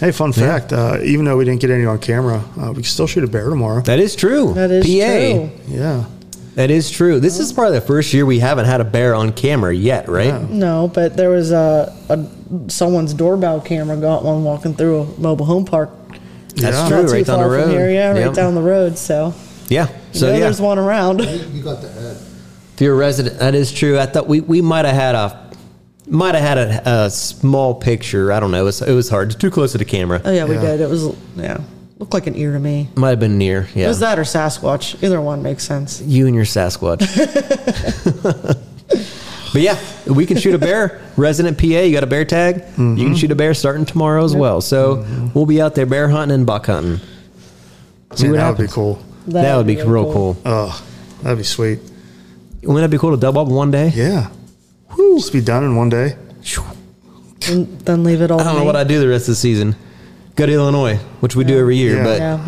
Hey, fun fact! Uh, even though we didn't get any on camera, uh, we can still shoot a bear tomorrow. That is true. That is PA. true. Yeah. That is true. This is probably the first year we haven't had a bear on camera yet, right? No, but there was a, a someone's doorbell camera got one walking through a mobile home park. That's Yeah. true. Not too right down far the from road. Here, yeah, Yep. right down the road. So, Yeah. you So know yeah, there's one around. You, you got the head. if you're a resident, that is true. I thought we, we might have had a might have had a, a small picture. I don't know. It was, it was hard. Too close to the camera. Oh yeah, we Yeah. did. It was yeah, looked like an ear to me. Might have been near. Yeah. It was that or Sasquatch. Either one makes sense. you and your Sasquatch. but yeah, we can shoot a bear. Resident PA, you got a bear tag. You can shoot a bear starting tomorrow as well. So we'll be out there bear hunting and buck hunting. See Man, what that would be happens. cool. That, would be, real cool. Oh, that'd be sweet. Wouldn't that be cool to double up one day? Yeah. Just be done in one day. And then leave it all. I don't know what I do the rest of the season. Go to Illinois, which we do every year, Yeah. but Yeah.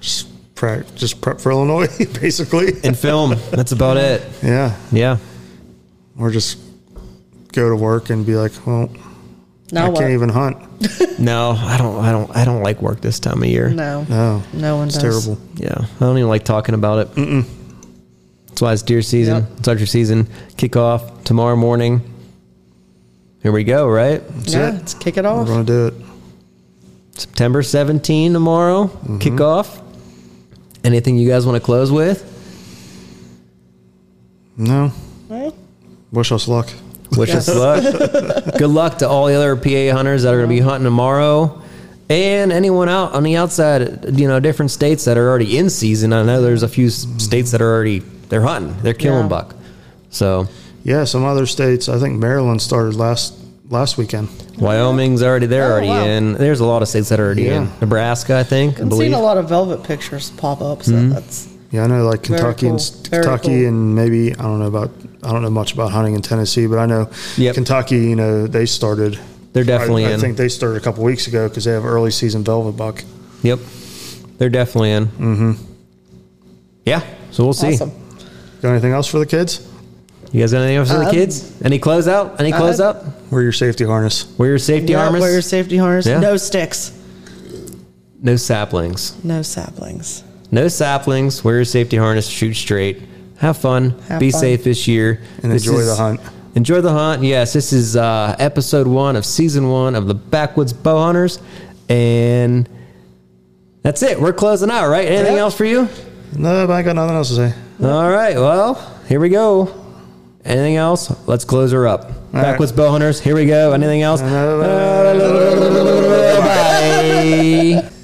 Just prep, just prep for Illinois, basically. and film. That's about it. Yeah. Yeah. Or just go to work and be like, well, Now I what? can't even hunt. No, I don't. I don't. I don't like work this time of year. No. No. No one It's does. terrible. Yeah, I don't even like talking about it. Mm-mm. That's why it's deer season. Yep. It's archer season. Kick off tomorrow morning. Here we go. Right, yeah. it. Let's kick it We're off. going to do it. September 17 tomorrow. Mm-hmm. Kick off. Anything you guys want to close with? No. Well, Wish us luck. Wish us luck. Good luck to all the other PA hunters that are going to be hunting tomorrow, and anyone out on the outside, you know, different states that are already in season. I know there's a few s- states that are already they're hunting, they're killing Yeah. buck. So Yeah. Some other states, I think Maryland started last last weekend. Wyoming's already they're Oh, already wow. in. There's a lot of states that are already Yeah. in. Nebraska, I think. I I've seen believe. Mm-hmm. a lot of velvet pictures pop up, so that's Yeah, I know like Very Kentucky and cool. s- Very Kentucky cool. and maybe I don't know about I don't know much about hunting in Tennessee, but I know Yep. Kentucky. You know they started. They're definitely I, I in. think they started a couple weeks ago because they have early season velvet buck. Yep, they're definitely in. Mm-hmm. Yeah, so we'll see. awesome. Got anything else for the kids? You guys got anything else for the Um, kids? Any closeout? Any closeout? Wear your safety harness. Wear your safety Yeah, armors. wear your safety harness. Yeah. No sticks. no saplings. No saplings. No saplings. Wear your safety harness. Shoot straight. Have fun. Have Be fun. safe this year. And This enjoy is- the hunt. Enjoy the hunt. Yes, this is uh, episode one of season one of the Backwoods Bow Hunters, and That's it. We're closing out, right? Anything Yep. else for you? No, I got nothing else to say. All right. Well, here we go. Anything else? Let's close her up. Backwards bow hunters. Here we go. Anything else? Bye.